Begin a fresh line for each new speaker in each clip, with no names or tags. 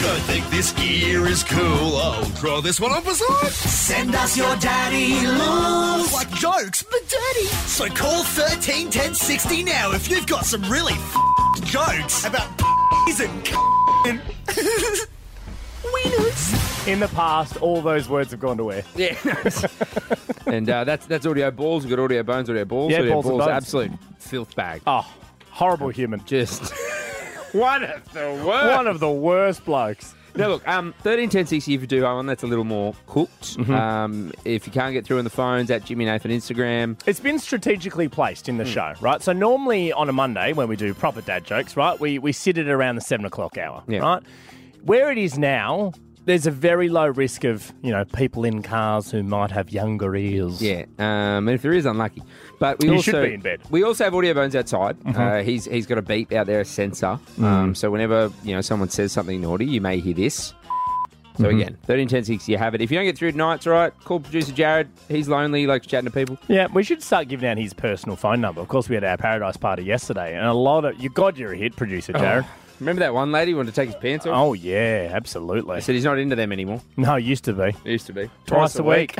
don't think this gear is cool. I'll draw this one on for side.
Send us your daddy love.
Like jokes, but daddy. So call 13 10 60 now if you've got some really f- jokes about and and wieners.
In the past, all those words have gone to where?
Yeah. and uh, that's that's audio balls. We've got audio bones, audio balls,
Yeah,
audio
balls and bones.
Absolute filth bag.
Oh, horrible human.
Just one of the worst.
One of the worst blokes.
Now look, um, thirteen ten sixty if you do own one, that's a little more cooked.
Mm-hmm.
Um, if you can't get through on the phones, at Jimmy Nathan Instagram.
It's been strategically placed in
Hmm.
the show, right? So normally on a Monday when we do proper dad jokes, right, we, we sit it around the seven o'clock hour,
Yeah.
right? Where it is now, there's a very low risk of, you know, people in cars who might have younger ears.
Yeah, um, and if there is, unlucky. But we
You
also
should be in bed. Mm-hmm.
We also have audio bones outside. Uh, he's he's got a beep out there, a sensor.
Mm.
Um, so whenever you know someone says something naughty, you may hear this.
Mm-hmm.
So again, thirteen ten sixty, you have it. If you don't get through tonight, it's all right. Call producer Jared. He's lonely, he likes chatting to people.
Yeah, we should start giving out his personal phone number. Of course, we had our paradise party yesterday, and a lot of you God, you're a hit producer,
Oh.
Jared.
Remember that one lady who wanted to take his pants off?
Oh, yeah, absolutely.
I said he's not into them anymore.
No, it used to be
It used to be
twice, a week.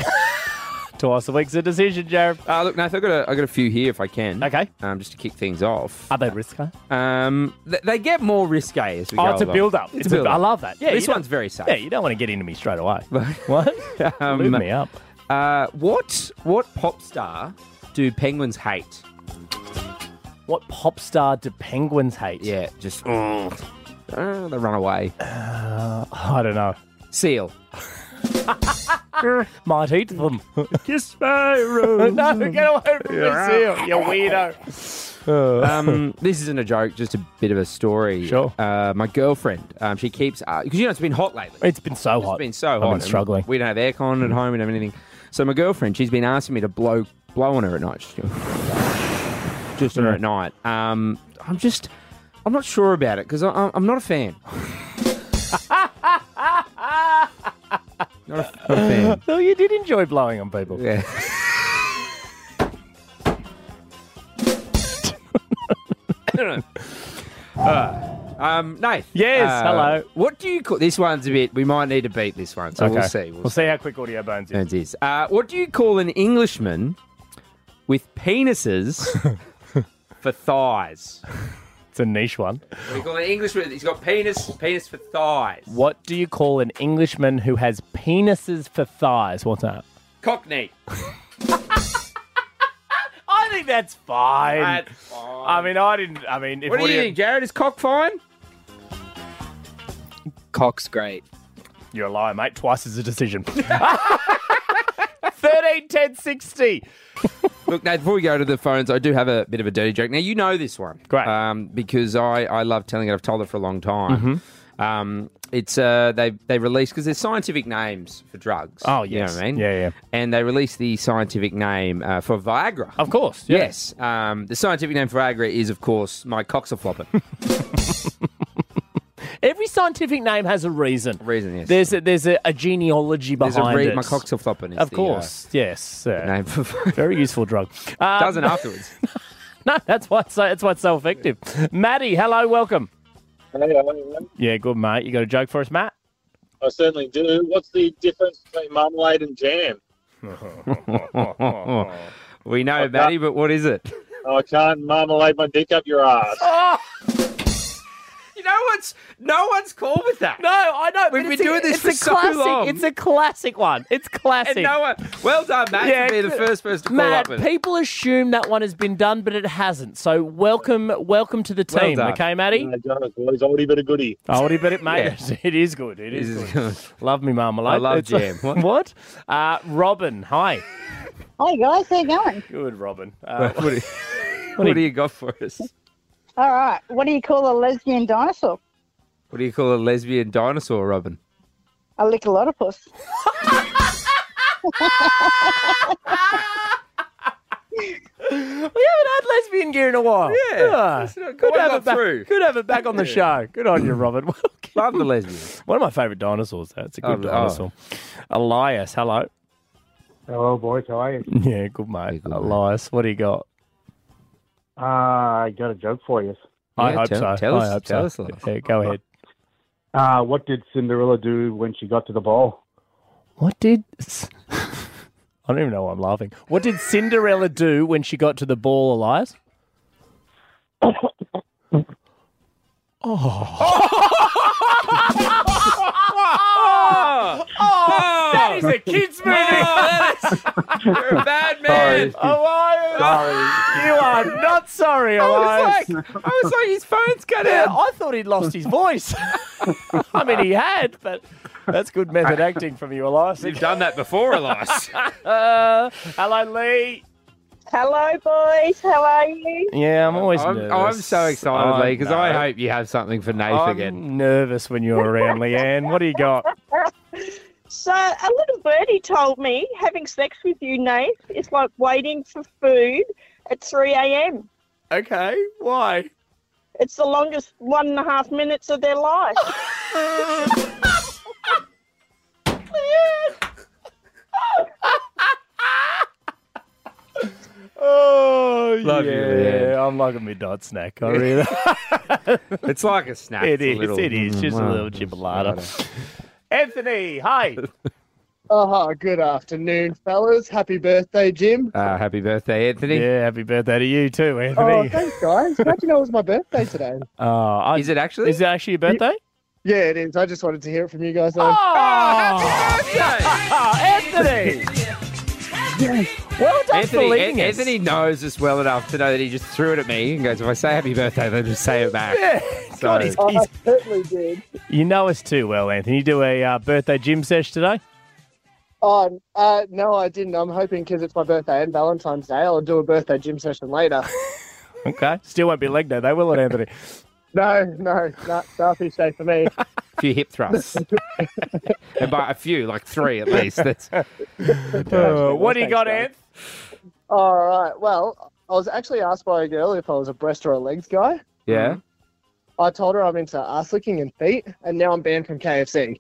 twice a week's a decision, Jared.
Uh, look, Nath, I got a, I got a few here if I can.
Okay.
Um, just to kick things off.
Are they risky?
Um, th- they get more risque as we go.
Oh, it's a
along.
build up. It's, a
build-up.
I love that. Yeah,
this
you don't-
one's very safe.
Yeah, you don't want to get into me straight away. what?
Um,
Move me up.
Uh, what what pop star do penguins hate?
What pop star do penguins hate?
Yeah, just oh, they run away.
I don't know.
Seal.
Might eat them. Kiss my rose. no, get away from me, seal. You weirdo.
Um, this isn't a joke, just a bit of a story.
Sure.
Uh, my girlfriend, um, she keeps because you know it's been hot lately.
It's been so hot.
It's been so
I've
hot.
been
and
struggling.
We don't have aircon at home. We don't have anything. So my girlfriend, she's been asking me to blow blow on her at night. She's going, just on her at night. Um, I'm just, I'm not sure about it because I'm not a fan. not, a, not a fan.
Oh, you did enjoy blowing on people.
Yeah. I don't know. Uh, um, Nath.
Yes, hello.
What do you call this one's a bit? We might need to beat this one, so we'll
Okay.
see. We'll
We'll see how quick Audio Bones is.
It is. Uh, what do you call an Englishman with penises for thighs?
It's a niche one.
We call an Englishman. He's got penis, penis for thighs.
What do you call an Englishman who has penises for thighs? What's that?
Cockney.
I think that's fine.
That's fine.
I mean, I didn't. I mean, if
What do you
Audio-
think, Jared? Is cock fine?
Cock's great.
You're a liar, mate. Twice is a decision. 13, 10, 60.
Look, Nate, before we go to the phones, I do have a bit of a dirty joke. Now, you know this one.
Great.
Um, because I, I love telling it. I've told it for a long time.
Mm-hmm.
Um, it's uh, they they release because there's scientific names for drugs.
Oh,
You know
yes.
what I mean?
Yeah, yeah.
And they release the scientific name uh, for Viagra.
Of course. Oh, yeah.
Yes. Um, the scientific name for Viagra is, of course, my coxaflopper.
Every scientific name has a reason.
Reason, yes.
There's a, there's a, a genealogy
There's a
behind
read
it.
my coxaflopper. Is
Of
the, uh,
course. yes. uh,
name for Viagra.
Very useful drug. Um,
Doesn't afterwards.
No, that's why it's so, that's why it's so effective. Matty, hello, welcome.
Hey, how are you, man?
Yeah, good mate. You got a joke for us, Matt?
I certainly do. What's the difference between marmalade and jam?
we know, Maddie, but what is it?
Oh, I can't marmalade my dick up your ass.
You know what's no one's cool with that.
No, I know.
We've been doing this for so
classic,
long.
It's a classic one. It's classic.
And no one. Well done, Matt,
Yeah,
for being the
it's-
first person to call
Matt,
up with it.
people assume that one has been done, but it hasn't. So welcome, welcome to the
Well
team,
done.
okay, Matty?
Hey, Jonas, well, he's already been a goodie.
Oh, what but it, mate.
Yeah.
It is good. It is,
This is
good.
good.
Love me marmalade.
I love
It's-
jam. What?
what? Uh, Robin, hi.
Hi guys, how you going?
Good, Robin. Uh,
What do you-
do
what do you got for us?
All right. What do you call a lesbian dinosaur?
What do you call a lesbian dinosaur, Robin?
A lickalotopus.
we haven't had lesbian gear in a while.
Yeah,
Ah,
it's not-
good, to
I
have
got
it back,
through.
good to have it back on the show. Good on you, Robin. One
Love the lesbians.
of my favourite dinosaurs, though. It's a
Oh,
good
oh.
dinosaur. Elias, hello.
Hello, boys. How are you?
Yeah, good, mate.
good, mate.
Elias, what do you got?
Uh, I got a joke for you.
I
Yeah,
hope
tell-
so.
tell
I
us-
hope
tell us,
so.
Elias.
Yeah, go ahead.
Uh, what did Cinderella do when she got to the ball?
What did. S- I don't even know why I'm laughing. What did Cinderella do when she got to the ball, Elias?
Oh.
Oh, that is a kids movie. you're a bad man.
Elias!
Ah.
You are not sorry,
I
Elias.
was like, I was like, his phone's cut
Yeah,
out.
I thought he'd lost his voice. I mean, he had, but that's good method acting from you, Elias.
You've done that before, Elias.
Uh, hello, Lee.
Hello, boys. How are you?
Yeah, I'm always
I'm,
nervous.
I'm so excited,
I
Lee, because I
know.
hope you have something for Nath
I'm
again.
nervous when you're around, Leanne. What do you got?
So, a little birdie told me having sex with you, Nate, is like waiting for food at 3 a.m.
Okay, why?
It's the longest one and a half minutes of their life.
Oh,
Love you,
yeah.
Leanne.
I'm like a midnight snack. I really.
It's like a snack.
it
It's a
is.
little-
it is just a
Mm,
little
mm,
chipolata. Anthony, hi.
Oh, good afternoon, fellas. Happy birthday, Jim.
Uh, happy birthday, Anthony.
Yeah, happy birthday to you too,
Oh,
Anthony.
thanks, guys. How do you know it was my birthday today?
Oh, I-
Is it actually?
is it actually your birthday?
Yeah, it is. I just wanted to hear it from you guys. Though.
Oh,
Anthony,
Anthony! Well done for leading
An-
us.
Anthony knows us well enough to know that he just threw it at me and goes, "If I say happy birthday, then just say it back."
Yeah. God, he's-
Oh, I
he's-
certainly did.
you know us too well, Anthony. You do a uh, birthday gym sesh today?
Oh, uh, no, I didn't. I'm hoping because it's my birthday and Valentine's Day, I'll do a birthday gym session later.
Okay. Still won't be leg day, though, will it, Anthony?
no, no, no, Starfish Day for me.
A few hip thrusts, and by a few, like three at least. That's
Uh, what do you got, Anth?
All right. Well, I was actually asked by a girl if I was a breast or a legs guy.
yeah.
I told her I'm into ass licking and feet, and now I'm banned from KFC.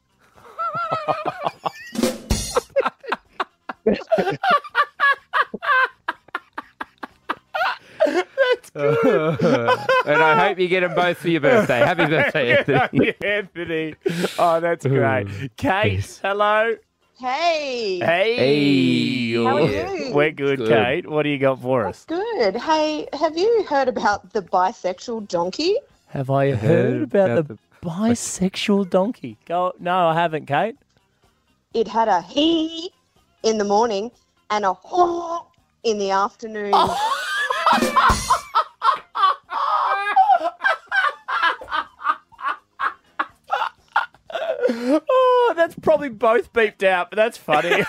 and I hope you get them both for your birthday. Happy birthday, Anthony.
Anthony. Oh, that's great. Kate, hello.
Hey.
Hey.
Hey. How
are
yeah.
you?
We're good,
Good.
Kate. What do you got for us?
Good. Hey, have you heard about the bisexual donkey?
Have I heard about the bisexual donkey? Go. No, I haven't, Kate.
It had a he in the morning and a haw in the afternoon.
Oh, that's probably both beeped out, but that's funny.